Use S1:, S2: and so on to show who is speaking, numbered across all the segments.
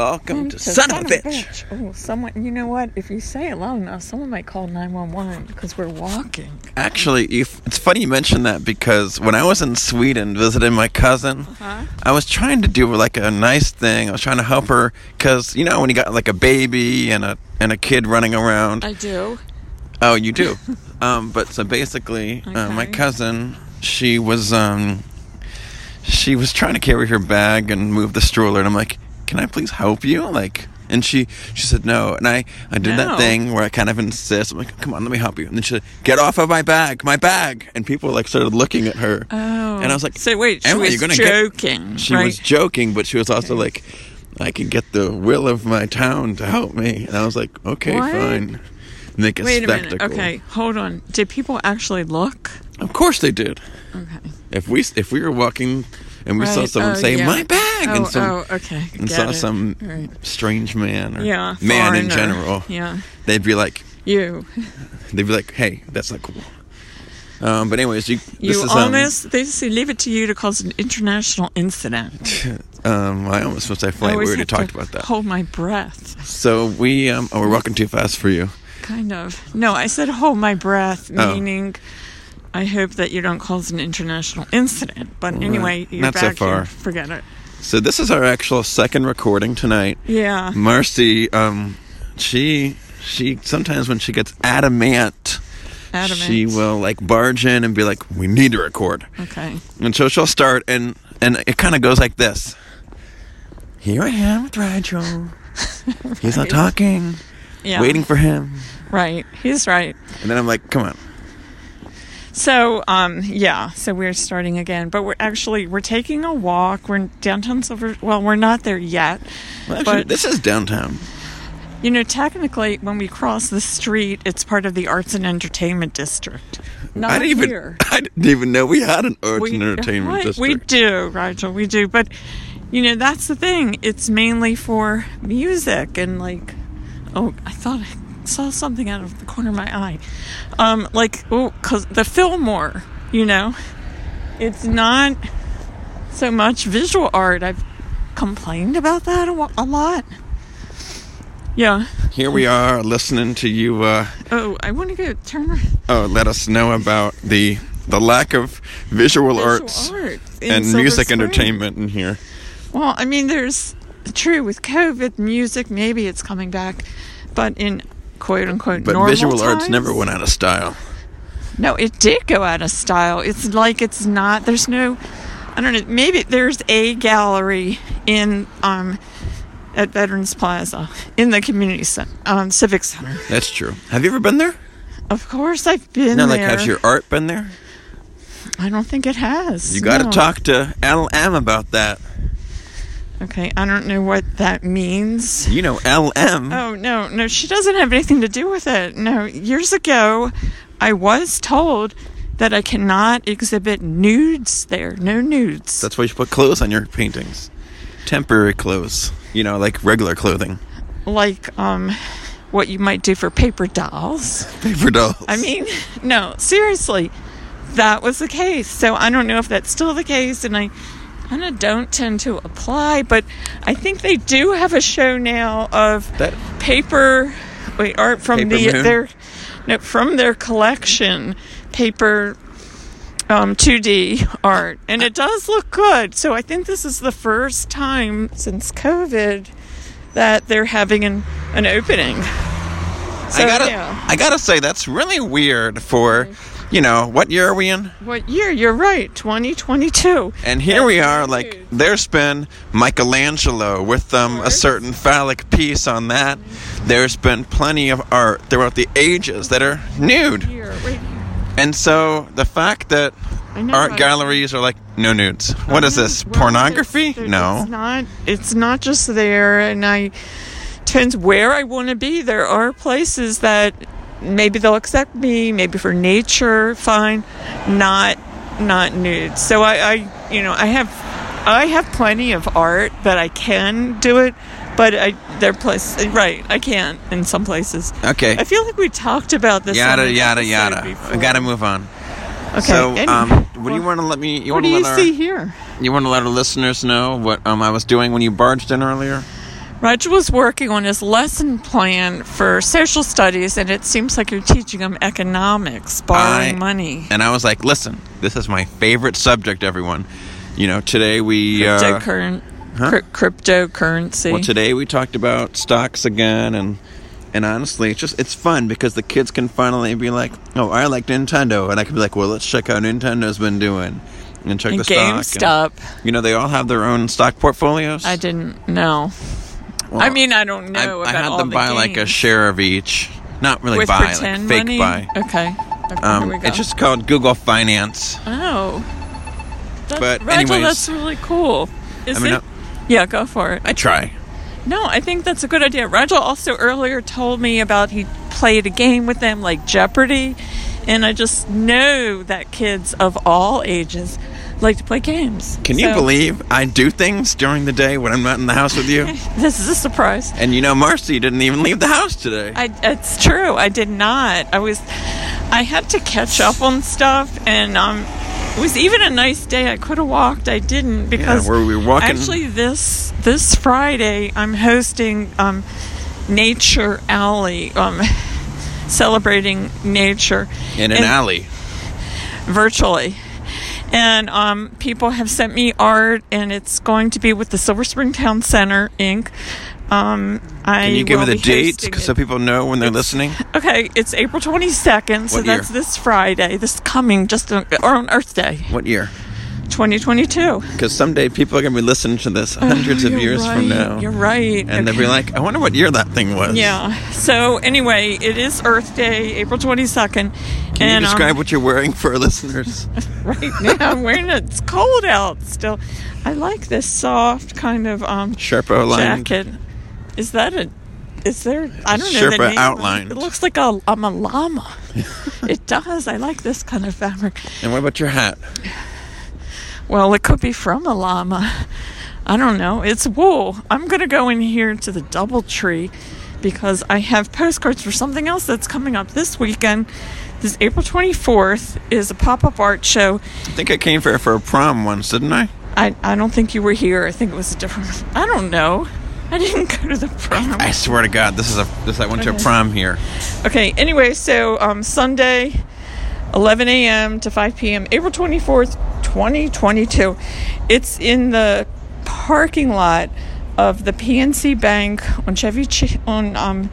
S1: Welcome to,
S2: To
S1: Son, of a Bitch.
S2: Oh, someone. You know what? If you say it loud enough, someone might call nine one one because we're walking.
S1: Actually, if, it's funny you mention that because when I was in Sweden visiting my cousin, I was trying to do like a nice thing. I was trying to help her because you know when you got like a baby and a and a kid running around.
S2: I do.
S1: Oh, you do. um, but so basically, uh, my
S2: Okay.
S1: cousin, she was um, she was trying to carry her bag and move the stroller, and I'm like, "Can I please help you?" Like, and she she said no, and I I did
S2: No.
S1: that thing where I kind of insist. I'm like, "Come on, let me help you." And then she said, "Get off of my bag, my bag!" And people like started looking at her,
S2: Oh.
S1: and I was like,
S2: so wait, she
S1: Emily,
S2: was
S1: you're gonna get-
S2: joking,
S1: she
S2: right?
S1: was joking, but she was also like, "I can get the will of my town to help me," and I was like, "Okay,
S2: What?
S1: fine." Make a
S2: wait a minute.
S1: spectacle.
S2: Okay, hold on. Did people actually look?
S1: Of course they did.
S2: Okay.
S1: If we if we were walking and we saw
S2: Right,
S1: someone
S2: oh,
S1: say
S2: yeah.
S1: my bag
S2: Oh,
S1: and some
S2: oh, okay.
S1: and
S2: get
S1: saw
S2: it.
S1: some
S2: Right.
S1: strange man or
S2: Yeah.
S1: man in
S2: foreigner.
S1: general,
S2: Yeah.
S1: they'd be like
S2: You.
S1: they'd be like, hey, that's not cool. Um, but anyways, you this
S2: You
S1: is, um,
S2: almost. they say leave it to you to cause an international incident.
S1: um, I almost was say
S2: I
S1: flight. We
S2: always
S1: already
S2: have
S1: talked
S2: to
S1: about that.
S2: Hold my breath.
S1: So we um, oh, we're walking too fast for you.
S2: Kind of. No, I said hold my breath,
S1: Oh.
S2: meaning I hope that you don't cause an international incident. But anyway, you're
S1: Not so
S2: back here.
S1: far.
S2: Forget it.
S1: So this is our actual second recording tonight.
S2: Yeah.
S1: Mm, Marcy, um, she she sometimes when she gets adamant.
S2: Adamant.
S1: She will like barge in and be like, "We need to record,"
S2: Okay.
S1: and so she'll start, and and it kind of goes like this. Here I am with Rigel. He's not
S2: Right.
S1: talking.
S2: Yeah.
S1: Waiting for him,
S2: Right. He's right.
S1: and then I'm like, "Come on."
S2: So, um, yeah. So we're starting again, but we're actually we're taking a walk. We're in downtown Silver. Well, we're not there yet.
S1: Well, actually,
S2: But-
S1: this is downtown.
S2: You know, technically, when we cross the street, it's part of the arts and entertainment district. Not
S1: I didn't even
S2: here.
S1: I didn't even know we had an arts
S2: We-
S1: and entertainment
S2: right,
S1: district.
S2: We do, Rigel. We do, but you know that's the thing. It's mainly for music and like, oh, I thought I saw something out of the corner of my eye, um, like oh, cause the Fillmore. You know, it's not so much visual art. I've complained about that a, wa- a lot. Yeah.
S1: Here we are listening to you. Uh,
S2: Oh, I want to go turn around.
S1: oh, let us know about the the lack of visual,
S2: Visual
S1: arts
S2: art in
S1: and
S2: Silver
S1: music
S2: Spring.
S1: entertainment in here.
S2: Well, I mean, there's true with COVID music, maybe it's coming back, but in quote unquote
S1: But
S2: normal
S1: visual arts
S2: times-
S1: never went out of style.
S2: No, it did go out of style. It's like it's not. There's no. I don't know. Maybe there's a gallery in um at Veterans Plaza in the community center, um, civic center.
S1: That's true. Have you ever been there?
S2: Of course, I've been
S1: No,
S2: there.
S1: like, has your art been there?
S2: I don't think it has.
S1: You got to
S2: no.
S1: talk to LM about that.
S2: Okay, I don't know what that means.
S1: You know, LM.
S2: Oh no, no, she doesn't have anything to do with it. No, years ago, I was told that I cannot exhibit nudes there. No nudes.
S1: That's why you should put clothes on your paintings. Temporary clothes. You know, like regular clothing.
S2: like um, what you might do for paper dolls.
S1: Paper dolls.
S2: I mean, no, seriously, that was the case. So I don't know if that's still the case, and I kind of don't tend to apply. But I think they do have a show now of
S1: That-
S2: paper, wait, art from
S1: Paper
S2: the
S1: moon?
S2: their no from their collection paper. Um, 2D art, and it does look good. So I think this is the first time since COVID that they're having an, an opening. So,
S1: I gotta,
S2: yeah. Mm-hmm.
S1: I gotta say that's really weird for, you know, what year are we in?
S2: What year? You're right, 2022.
S1: And here we
S2: That's
S1: are,
S2: so
S1: like
S2: huge.
S1: there's been Michelangelo with um, a
S2: course.
S1: certain phallic piece on that.
S2: Mm-hmm.
S1: There's been plenty of art throughout the ages that are nude.
S2: Here, right here.
S1: And so the fact that
S2: I know,
S1: art
S2: I-
S1: galleries are like no nudes. What is this?
S2: Well,
S1: Pornography?
S2: it's-
S1: no.
S2: It's not. It's not just there, and I depends where I want to be. There are places that maybe they'll accept me, maybe for nature, fine. Not, not nude. So I, I, you know, I have, I have plenty of art that I can do it, but I there are places right I can't in some places.
S1: Okay.
S2: I feel like we talked about this. on
S1: Yada
S2: an
S1: yada
S2: episode
S1: yada. I
S2: before.
S1: gotta move on.
S2: Okay.
S1: so,
S2: any-
S1: um, what do you want to let me? You
S2: What
S1: want
S2: do
S1: to
S2: you
S1: let our
S2: see here?
S1: you want to let our listeners know what um I was doing when you barged in earlier?
S2: Reg was working on his lesson plan for social studies, and it seems like you're teaching him economics, borrowing
S1: I-
S2: money.
S1: And I was like, listen, this is my favorite subject, everyone. You know, today we. Uh,
S2: Cryptocurren-
S1: huh?
S2: cr- cryptocurrency.
S1: well, today we talked about stocks again, and and honestly, it's just it's fun because the kids can finally be like, oh, I like Nintendo, and I can be like, well, let's check out Nintendo's been doing, and check
S2: and
S1: the stock.
S2: GameStop.
S1: And, you know, they all have their own stock portfolios.
S2: I didn't know.
S1: Well,
S2: I mean, I don't know
S1: I,
S2: about
S1: I had
S2: all
S1: them
S2: the
S1: buy like a
S2: games.
S1: share of each, not really
S2: with
S1: buy, like
S2: pretend
S1: fake
S2: money.
S1: buy.
S2: Okay. okay here
S1: Um,
S2: we go.
S1: it's just called Google Finance.
S2: oh. That's,
S1: But
S2: Rachel,
S1: anyways.
S2: that's really cool. Is
S1: I mean,
S2: it?
S1: uh,
S2: yeah, go for it.
S1: I try.
S2: No, I think that's a good idea. Rachel also earlier told me about he played a game with them like Jeopardy, and I just know that kids of all ages like to play games.
S1: Can you
S2: So,
S1: believe I do things during the day when I'm not in the house with you?
S2: this is a surprise?
S1: and you know, Marcy didn't even leave the house today.
S2: I, it's true. I did not. I was, I had to catch up on stuff, and um, it was even a nice day. I could have walked. I didn't because
S1: where we were walking-
S2: Actually, this this Friday, I'm hosting um, Nature Alley, um, celebrating nature
S1: in an
S2: And-
S1: alley.
S2: virtually. And um, people have sent me art, and it's going to be with the Silver Spring Town Center Inc. Um, I
S1: Can you give me
S2: will
S1: the
S2: be
S1: dates
S2: hosting it.
S1: so people know when they're listening?
S2: Okay, it's April 22nd, so
S1: What year?
S2: that's this Friday. This coming just on, or on Earth Day,
S1: What year?
S2: 2022.
S1: Because someday people are going to be listening to this hundreds of
S2: Oh, You're
S1: years
S2: right,
S1: from now.
S2: You're right.
S1: And they'll be
S2: okay.
S1: like, I wonder what year that thing was.
S2: yeah. So anyway, it is Earth Day, April 22nd.
S1: Can
S2: and,
S1: you
S2: um,
S1: describe what you're wearing for our listeners?
S2: right now I'm wearing it. It's cold out still. I like this soft kind of um
S1: Sherpa lined.
S2: jacket. Is that a? Is there? I don't know the
S1: Sherpa
S2: name.
S1: outlined.
S2: It looks like a I'm a llama. it does. I like this kind of fabric.
S1: And what about your hat?
S2: Well, it could be from a llama. I don't know. It's wool. I'm going to go in here to the double tree because I have postcards for something else that's coming up this weekend. This April 24th is a pop up art show.
S1: I think I came here for a prom once, didn't I?
S2: I, I don't think you were here. I think it was a different. I don't know. I didn't go to the prom.
S1: I swear to God, this is a this. I went to a
S2: Oh. Okay.
S1: prom here.
S2: Okay, anyway, so um, Sunday, 11 a.m. to 5 p.m., April 24th, 2022. It's in the parking lot of the PNC Bank on Chevy Ch- on um,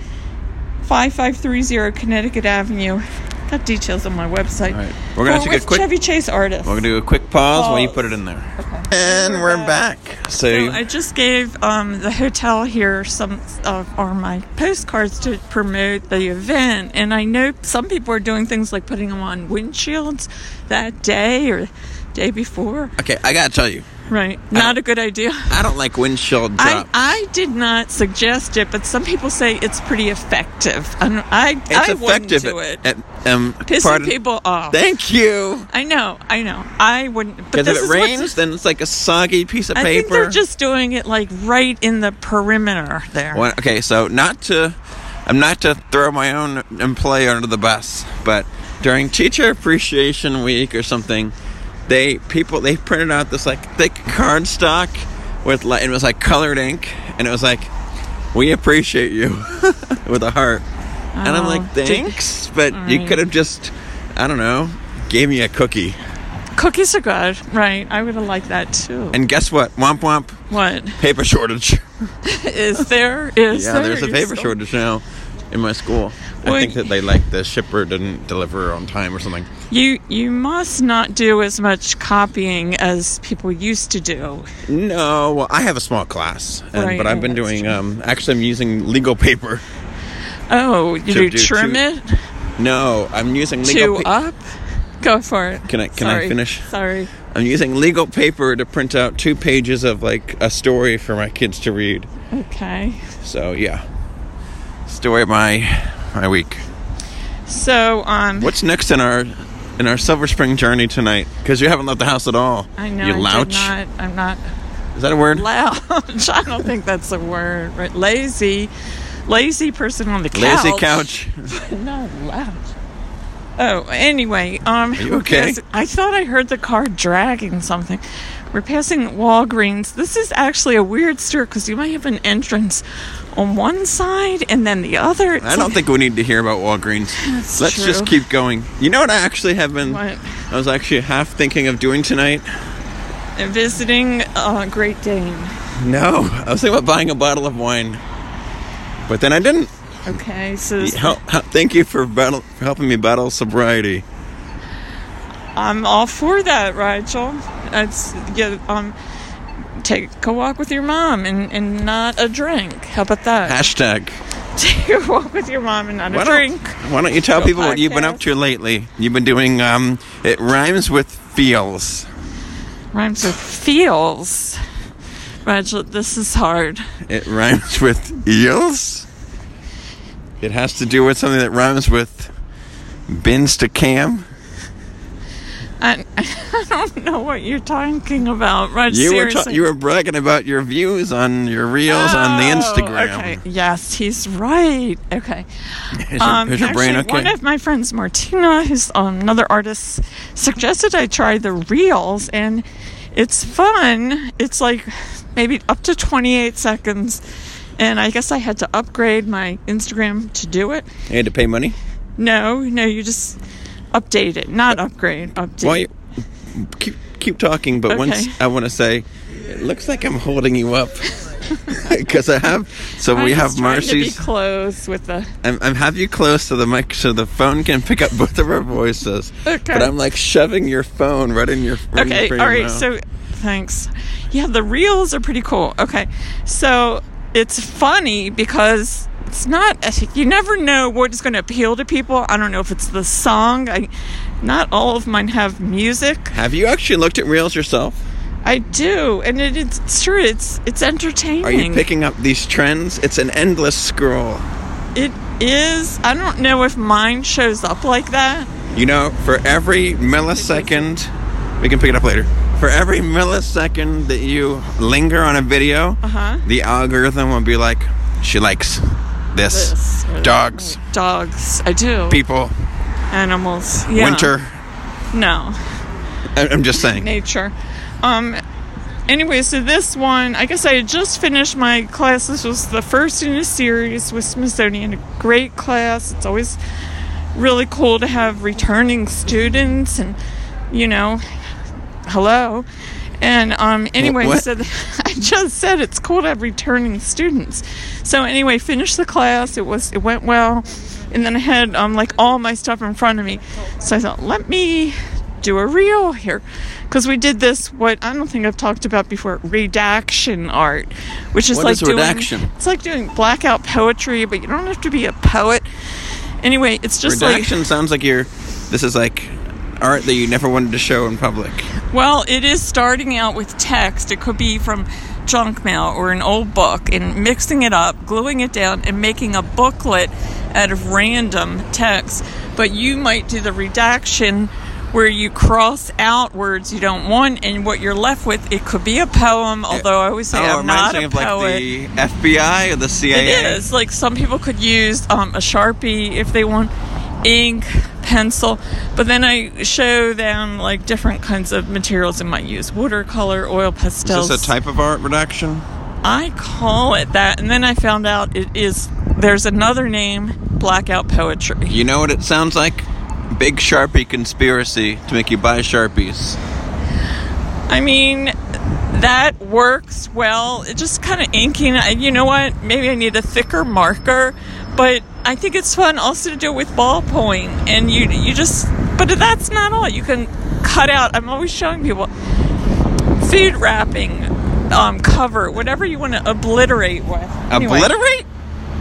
S2: 5530 Connecticut Avenue. Got details on my website.
S1: All right, we're gonna
S2: For-
S1: take a
S2: with
S1: quick-
S2: Chevy Chase artist.
S1: We're gonna do a quick pause while you
S2: Pause.
S1: put it in there. And we're back. So,
S2: So Oh, I just gave um, the hotel here some of or my postcards to promote the event, and I know some people are doing things like putting them on windshields that day or day before.
S1: okay, I gotta tell you,
S2: Right, not a good idea.
S1: I don't like windshield
S2: I,
S1: drops.
S2: I did not suggest it, but some people say it's pretty effective. I'm, I
S1: it's
S2: I wouldn't
S1: effective
S2: do it.
S1: at, um,
S2: Pissing
S1: pardon-
S2: people off.
S1: Thank you.
S2: I know, I know. I wouldn't. But
S1: Because
S2: this
S1: if
S2: is
S1: it
S2: what-
S1: rains, then it's like a soggy piece of
S2: I
S1: paper.
S2: think they're just doing it like right in the perimeter there.
S1: Well, okay, so not to, I'm not to throw my own employee under the bus, but during Teacher Appreciation Week or something, they people they printed out this like thick cardstock with like it was like colored ink, and it was like, "We appreciate you," with a heart, and I'm
S2: Oh,
S1: like,
S2: did-
S1: "Thanks," but you could have just, I don't know, gave me a cookie.
S2: Cookies are good, right? I would have liked that too.
S1: And guess what? Womp womp,
S2: what
S1: paper shortage.
S2: is there? Is
S1: Yeah,
S2: there
S1: there's a
S2: you
S1: paper
S2: still-
S1: shortage now in my school. I
S2: Well,
S1: think that they like the shipper didn't deliver on time or something.
S2: You you must not do as much copying as people used to do.
S1: No, well, I have a small class, and,
S2: Right,
S1: but I've been
S2: that's
S1: doing. Um, actually, I'm using legal paper.
S2: Oh, you
S1: To
S2: do
S1: do
S2: trim
S1: two-
S2: it
S1: No, I'm using legal.
S2: two
S1: paper.
S2: up. Go for it.
S1: Can I- can I
S2: Sorry.
S1: finish?
S2: Sorry.
S1: I'm using legal paper to print out two pages of like a story for my kids to read.
S2: Okay.
S1: So yeah, story of my my week.
S2: So um,
S1: What's next in our in our Silver Spring journey tonight? Because you haven't left the house at all.
S2: I know
S1: You
S2: I did
S1: louch.
S2: not. I'm not
S1: Is that a word?
S2: lounge. I don't think that's a word. Right? Lazy, lazy person on the couch.
S1: Lazy couch.
S2: No, loud. Oh, anyway, um,
S1: you okay?
S2: yes, I thought I heard the car dragging something. We're passing Walgreens. This is actually a weird store because you might have an entrance on one side and then the other. It's
S1: I don't
S2: like-
S1: think we need to hear about Walgreens.
S2: That's
S1: Let's just
S2: true.
S1: keep going. You know what I actually have been
S2: What?
S1: I was actually half thinking of doing tonight?
S2: visiting uh, Great Dane.
S1: No. I was thinking about buying a bottle of wine. But then I didn't.
S2: Okay, so this-
S1: Hel- hel- Thank you for, battle, for helping me battle sobriety.
S2: I'm all for that, Rachel. That's yeah, um, take a walk with your mom and, and not a drink. How about that?
S1: Hashtag.
S2: take a walk with your mom and not a
S1: Why
S2: drink.
S1: don't, why don't you tell
S2: Little
S1: people what you've been up
S2: podcast.
S1: to lately? You've been doing, um, it rhymes with feels.
S2: Rhymes with feels. Rachel, this is hard.
S1: It rhymes with eels. It has to do with something that rhymes with bins to cam.
S2: I, I don't know what you're talking about, Rachel.
S1: You were, ta-
S2: seriously.
S1: you were bragging about your views on your reels on the
S2: Oh,
S1: Instagram.
S2: Okay. Yes, he's right. Okay. Um,
S1: Is your, is your brain
S2: actually, One
S1: okay?
S2: of my friends, Martina, who's um, another artist, suggested I try the reels, and it's fun. It's like maybe up to 28 seconds, and I guess I had to upgrade my Instagram to do it.
S1: I had to pay money.
S2: No, no, you just update it, not upgrade. Update.
S1: Why? Keep keep talking, but once
S2: Okay.
S1: I want to say, it looks like I'm holding you up because I have. So
S2: I'm
S1: we
S2: just
S1: have
S2: trying
S1: Marcy's.
S2: To be close with the.
S1: I'm, I'm have you close to the mic so the phone can pick up both of our voices.
S2: Okay.
S1: But I'm like shoving your phone right in your. right in
S2: Okay, all
S1: your
S2: right.
S1: mouth.
S2: So, thanks. Yeah, the reels are pretty cool. Okay, so it's funny because it's not. You never know what is going to appeal to people. I don't know if it's the song. I, not all of mine have music.
S1: Have you actually looked at reels yourself?
S2: I do, and it, it's true. It's it's entertaining.
S1: Are you picking up these trends? It's an endless scroll.
S2: It is. I don't know if mine shows up like that.
S1: You know, for every millisecond, we can pick it up later. For every millisecond that you linger on a video,
S2: Uh-huh.
S1: the algorithm will be like, she likes this,
S2: This or-
S1: dogs,
S2: Dogs. I do.
S1: people,
S2: Animals. Yeah.
S1: winter.
S2: No.
S1: I- I'm just saying.
S2: nature. Um, anyway, so this one, I guess I had just finished my class. This was the first in a series with Smithsonian. A great class. It's always really cool to have returning students and, you know, hello. And um, anyway,
S1: what?
S2: so th- I just said it's cool to have returning students. So anyway, finished the class. It was it went well, and then I had um, like all my stuff in front of me. So I thought, let me do a reel here, because we did this what I don't think I've talked about before redaction art, which is
S1: What
S2: like
S1: is
S2: doing
S1: redaction?
S2: it's like doing blackout poetry, but you don't have to be a poet. Anyway, it's just like
S1: Redaction sounds like you're. This is like art that you never wanted to show in public.
S2: Well, it is starting out with text. It could be from junk mail or an old book and mixing it up, gluing it down, and making a booklet out of random text. But you might do the redaction where you cross out words you don't want, and what you're left with, it could be a poem, although I always say
S1: oh, it
S2: I'm
S1: reminds
S2: not a
S1: me of
S2: poet.
S1: like the FBI or the
S2: It
S1: CIA.
S2: is like some people could use um, a sharpie if they want ink pencil but then i show them like different kinds of materials they might use watercolor oil
S1: Is
S2: pastels
S1: this a type of art redaction?
S2: i call it that and then i found out it is there's another name blackout poetry
S1: You know what it sounds like? Big Sharpie conspiracy to make you buy Sharpies.
S2: i mean that works well it just kind of inking I- you know what maybe i need a thicker marker but i think it's fun also to do it with ballpoint and you you just but that's not all you can cut out i'm always showing people food wrapping um, cover whatever you want to obliterate with Anyway,
S1: Obliterate?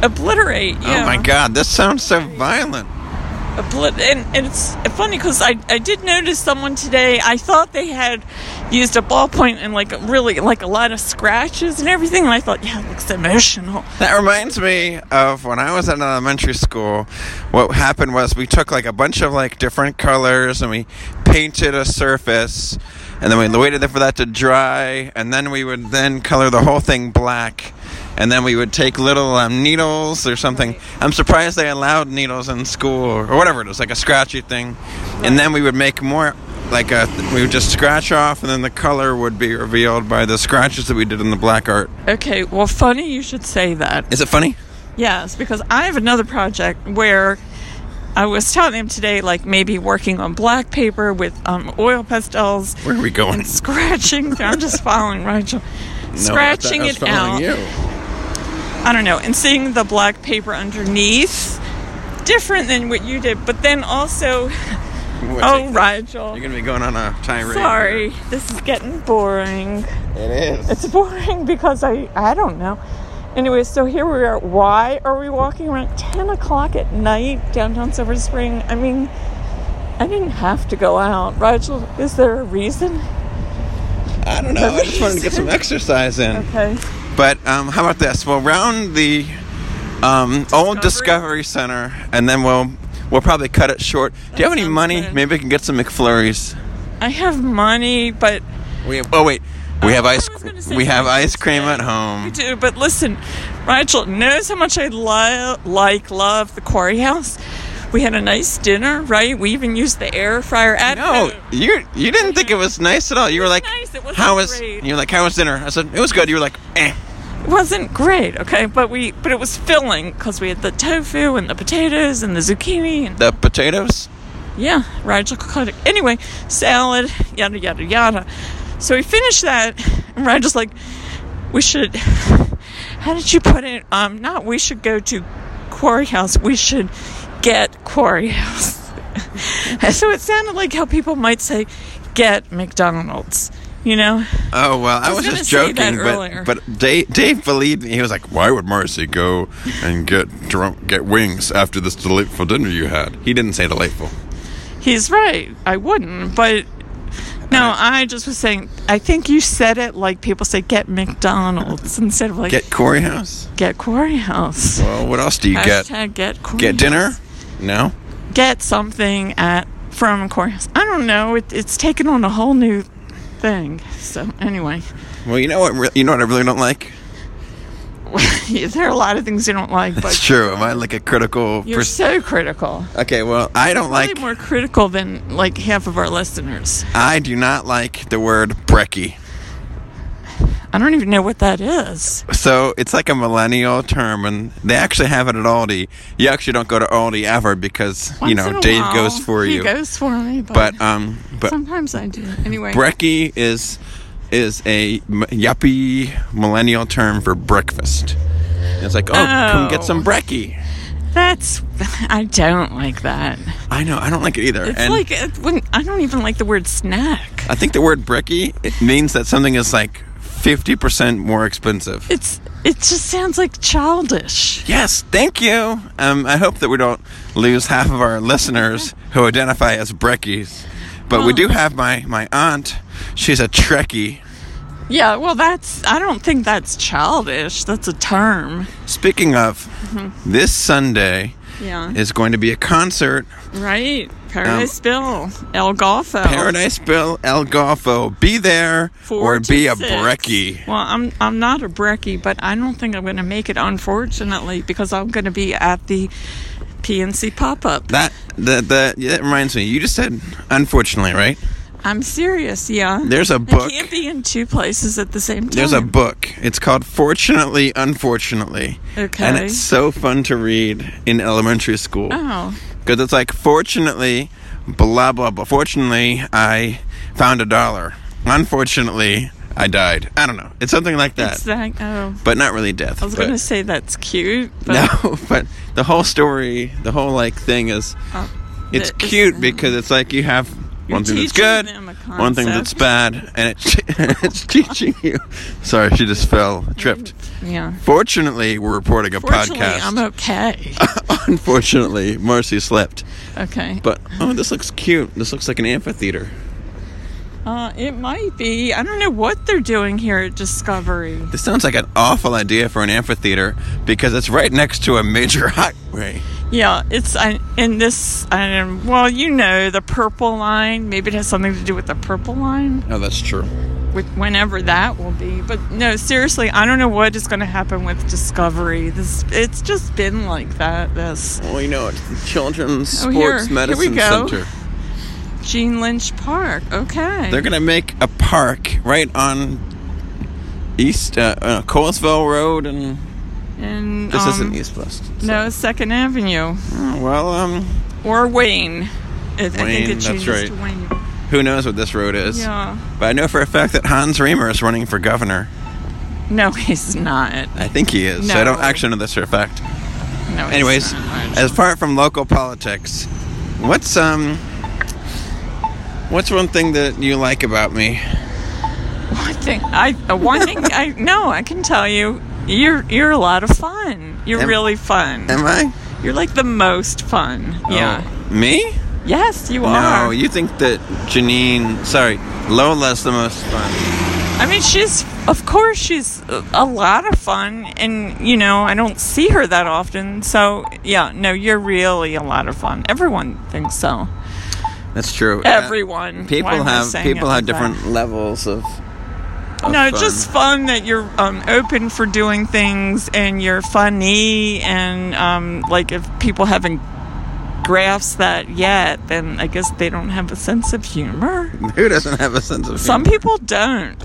S2: obliterate yeah.
S1: Oh my god, this sounds so violent.
S2: a blit- and, and it's funny because I, I did notice someone today i thought they had used a ballpoint and like really like a lot of scratches and everything and i thought yeah it looks emotional
S1: That reminds me of when I was in elementary school. What happened was we took like a bunch of like different colors and we painted a surface, and then we waited for that to dry, and then we would then color the whole thing black, and then we would take little um, needles or something. I'm surprised they allowed needles in school or, or whatever it was, like a scratchy thing, and then we would make more like a, we would just scratch off, and then the color would be revealed by the scratches that we did in the black art.
S2: Okay, well, funny you should say that.
S1: Is it funny?
S2: Yes, because I have another project where I was telling him today, like maybe working on black paper with um, oil pastels
S1: Where are we going?
S2: and scratching. I'm just following Rachel.
S1: No, I thought
S2: scratching
S1: I was
S2: it out. Oh,
S1: following you.
S2: I don't know, and seeing the black paper underneath, different than what you did. But then also,
S1: We'll
S2: oh,
S1: take-
S2: Rigel,
S1: You're gonna be going on a tirade.
S2: sorry, this is getting boring.
S1: It is.
S2: It's boring because I I don't know. Anyway, so here we are. Why are we walking around 10 o'clock at night downtown Silver Spring? I mean, I didn't have to go out. Rachel, is there a reason?
S1: I don't know. I just wanted to get some exercise in.
S2: Okay.
S1: But um, how about this? We'll round the um, old
S2: Discovery?
S1: Discovery Center, and then we'll we'll probably cut it short. Do you have any
S2: sounds
S1: money?
S2: good.
S1: Maybe I can get some McFlurries.
S2: I have money, but
S1: We have, oh wait, we
S2: Oh,
S1: have
S2: I
S1: ice.
S2: was gonna say
S1: We have
S2: we
S1: ice
S2: should
S1: cream
S2: stay.
S1: at
S2: I
S1: home.
S2: do. But listen, Rachel knows how much I lo- like, love the Quarry House. We had a nice dinner, right? We even used the air fryer at
S1: No,
S2: home.
S1: you you didn't think it was nice at all. You were like,
S2: nice, it wasn't
S1: how was?
S2: great.
S1: You were like, how was dinner? I said it was good. You were like, eh.
S2: It wasn't great, okay, but we but it was filling because we had the tofu and the potatoes and the zucchini and
S1: The potatoes.
S2: yeah, Rigel cut it. Anyway, salad, yada yada yada. So we finished that, and Rigel's like, "We should." How did you put it? Um, not we should go to Quarry House. We should get Quarry House. And so it sounded like how people might say, "Get McDonald's," you know.
S1: Oh well, I
S2: was
S1: was,
S2: gonna
S1: just
S2: say
S1: joking,
S2: that earlier.
S1: but but Dave, Dave believed me. He was like, "Why would Marcy go and get drunk, get wings after this delightful dinner you had?" He didn't say delightful.
S2: He's right. I wouldn't, but no, I just was saying. I think you said it like people say get McDonald's instead of like get,
S1: Get Corey House.
S2: Quarry House.
S1: Well, what else do you get?
S2: Hashtag get Quarry
S1: Get dinner?
S2: House.
S1: No.
S2: Get something at from Quarry House. I don't know. It, it's taken on a whole new thing. So anyway,
S1: Well, you know what? Re- you know what I really don't like.
S2: there are a lot of things you don't like,
S1: It's
S2: but
S1: true. Am I like a critical?
S2: you're
S1: Pers-
S2: so critical.
S1: okay. Well, I don't like.
S2: Probably more critical than like half of our listeners.
S1: I do not like the word brekkie.
S2: I don't even know what that is.
S1: So it's like a millennial term, and they actually have it at Aldi. You actually don't go to Aldi ever because you
S2: Once in
S1: know
S2: a
S1: Dave
S2: while,
S1: goes for
S2: he
S1: you.
S2: goes for me,
S1: But um, but
S2: Sometimes I do. Anyway.
S1: brekkie is is a m- yuppie millennial term for breakfast. It's like, oh, come get
S2: Oh.
S1: some brekkie.
S2: that's I don't like that.
S1: I know, I don't like it either.
S2: It's
S1: and
S2: like it wouldn't- I don't even like the word snack.
S1: I think the word brekkie it means that something is like fifty percent more expensive.
S2: It's it just sounds like childish.
S1: Yes, thank you. Um, I hope that we don't lose half of our listeners who identify as Brekkies. But we
S2: Oh.
S1: do have my, my aunt. She's a Trekkie.
S2: Yeah, well that's I don't think that's childish. That's a term.
S1: Speaking of,
S2: Mm-hmm.
S1: this Sunday
S2: Yeah.
S1: is going to be a concert.
S2: Oh. right. Paradise Bill. El Golfo.
S1: um, Paradise Bill El Golfo. Be there
S2: Four
S1: or
S2: to
S1: be a
S2: six.
S1: Brekkie.
S2: Well, I'm I'm not a brekkie, but I don't think I'm going to make it, unfortunately, because I'm going to be at the PNC pop up.
S1: That the the yeah, that reminds me. You just said unfortunately, right?
S2: I'm serious, yeah.
S1: There's a
S2: I
S1: book.
S2: can't be in two places at the same time.
S1: There's a book. It's called Fortunately Unfortunately. And
S2: Okay.
S1: it's so fun to read in elementary school.
S2: Oh,
S1: Because it's like, fortunately, blah, blah, blah. Fortunately, I found a dollar. Unfortunately, I died. I don't know. It's something like that.
S2: it's that. Oh,
S1: but not really death.
S2: I was
S1: but-
S2: going to say that's cute. But
S1: No, but the whole story, the whole like thing is,
S2: uh,
S1: it's
S2: that is-
S1: cute because it's like you have
S2: You're
S1: one thing that's
S2: teaching
S1: good,
S2: them a
S1: one thing that's bad,
S2: concept.
S1: and it, it's teaching you. Sorry, she just fell, tripped.
S2: Yeah.
S1: Fortunately, we're reporting a
S2: Fortunately,
S1: podcast.
S2: I'm okay.
S1: Unfortunately, Marcy slept.
S2: Okay.
S1: But oh, this looks cute. This looks like an amphitheater.
S2: uh, it might be. I don't know what they're doing here at Discovery.
S1: This sounds like an awful idea for an amphitheater because it's right next to a major highway.
S2: Yeah, it's I, in this. I don't, well, you know, the purple line. Maybe it has something to do with the purple line,
S1: Oh, that's true.
S2: with whenever that will be. But no, seriously, I don't know what is going to happen with Discovery. This it's just been like that. This
S1: Well, you know, it's the Children's
S2: Oh,
S1: Sports
S2: here. Here we
S1: Medicine
S2: go.
S1: Center.
S2: Gene Lynch Park. Okay.
S1: They're gonna make a park right on East uh, uh, Colesville Road, and
S2: and,
S1: this
S2: um,
S1: isn't East West. so-
S2: No, Second Avenue
S1: Oh, Well, um,
S2: or Wayne. I- I
S1: Wayne,
S2: think it
S1: that's
S2: changes
S1: right.
S2: to Wayne.
S1: who knows what this road is?
S2: Yeah.
S1: But I know for a fact that Hans Reamer is running for governor.
S2: No, he's not.
S1: I think he is. So I don't
S2: No.
S1: actually know this for a fact.
S2: No. he's
S1: Anyways,
S2: not.
S1: as far from local politics, what's um, what's one thing that you like about me?
S2: One thing I uh, one thing I no, I can tell you you're you're a lot of fun. You're
S1: Am-
S2: really fun.
S1: Am I?
S2: you're like the most fun. Yeah.
S1: Oh, me?
S2: Yes, you
S1: No,
S2: are.
S1: you think that Janine, sorry, Lola's the most fun.
S2: I mean, she's of course she's a a lot of fun and you know, I don't see her that often. So, yeah, no, you're really a lot of fun. Everyone thinks so.
S1: That's true.
S2: Everyone.
S1: people
S2: Why am I
S1: have
S2: saying
S1: people
S2: it
S1: have
S2: like that?
S1: different levels of. of fun.
S2: no, just fun that you're um, open for doing things and you're funny and um, like if people haven't grasped that yet, then I guess they don't have a sense of humor.
S1: Who doesn't have a sense of
S2: Some
S1: humor?
S2: people don't.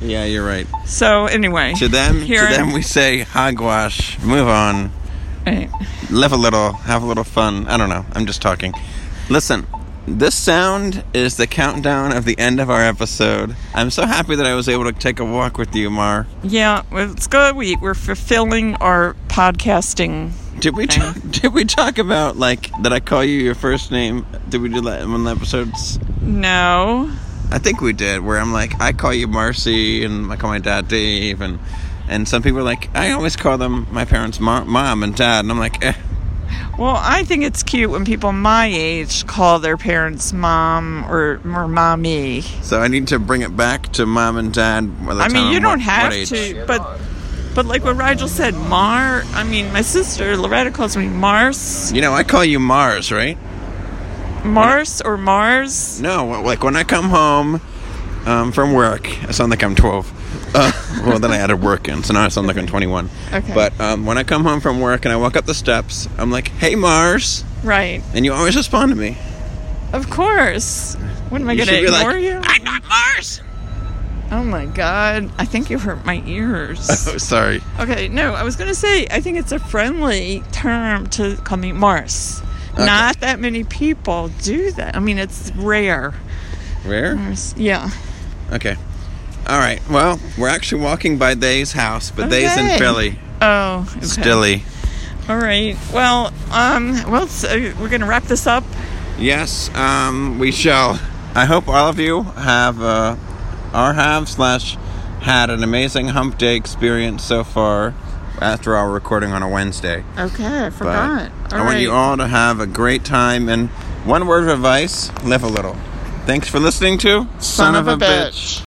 S1: Yeah, you're right.
S2: So anyway,
S1: To them,
S2: here
S1: to
S2: I-
S1: them, we say hogwash. Move on.
S2: Right.
S1: Live a little. Have a little fun. I don't know. I'm just talking. Listen, this sound is the countdown of the end of our episode. I'm so happy that I was able to take a walk with you, Mar.
S2: yeah, well, it's good. We we're fulfilling our podcasting.
S1: Did we talk, did we talk about like that? I call you your first name. Did we do that in one of the episodes?
S2: No,
S1: I think we did, where I'm like, I call you Marcy, and I call my dad Dave, and and some people are like, I always call them my parents, mar- mom and dad, and I'm like, eh,
S2: Well, I think it's cute when people my age call their parents mom or, or mommy.
S1: so I need to bring it back to mom and dad. by the
S2: I
S1: time
S2: mean, you
S1: I'm
S2: don't
S1: what-
S2: have
S1: what age.
S2: to, but but like what Rigel said, Mar. I mean, my sister Loretta calls me Mars,
S1: You know, I call you Mars, right?
S2: Mars or Mars.
S1: No, like when I come home um, from work, I sound like I'm 12. Uh, well, then I added work in, so now I sound like I'm 21.
S2: Okay.
S1: But um, when I come home from work and I walk up the steps, I'm like, hey, Mars.
S2: Right,
S1: And you always respond to me.
S2: of course. What am I
S1: You
S2: gonna
S1: should be
S2: ignore
S1: like,
S2: you?
S1: I'm not Mars.
S2: Oh my god, I think you hurt my ears.
S1: Oh, sorry.
S2: okay, no, I was gonna say I think it's a friendly term to call me Mars. Not that many people do that. I mean, it's rare.
S1: Where?
S2: Mars, Yeah.
S1: Okay. All right. Well, we're actually walking by Thay's house, but Thay's in
S2: Okay.
S1: Philly.
S2: Oh, okay.
S1: Stilly.
S2: All right. Well, um, well, so we're gonna wrap this up.
S1: Yes, um, we shall. I hope all of you have, uh, or have slash had an amazing hump day experience so far after our recording on a Wednesday.
S2: Okay, I
S1: But
S2: forgot.
S1: I want you all to have a great time and one word of advice live a little. Thanks for listening to
S2: Son, of, a bitch.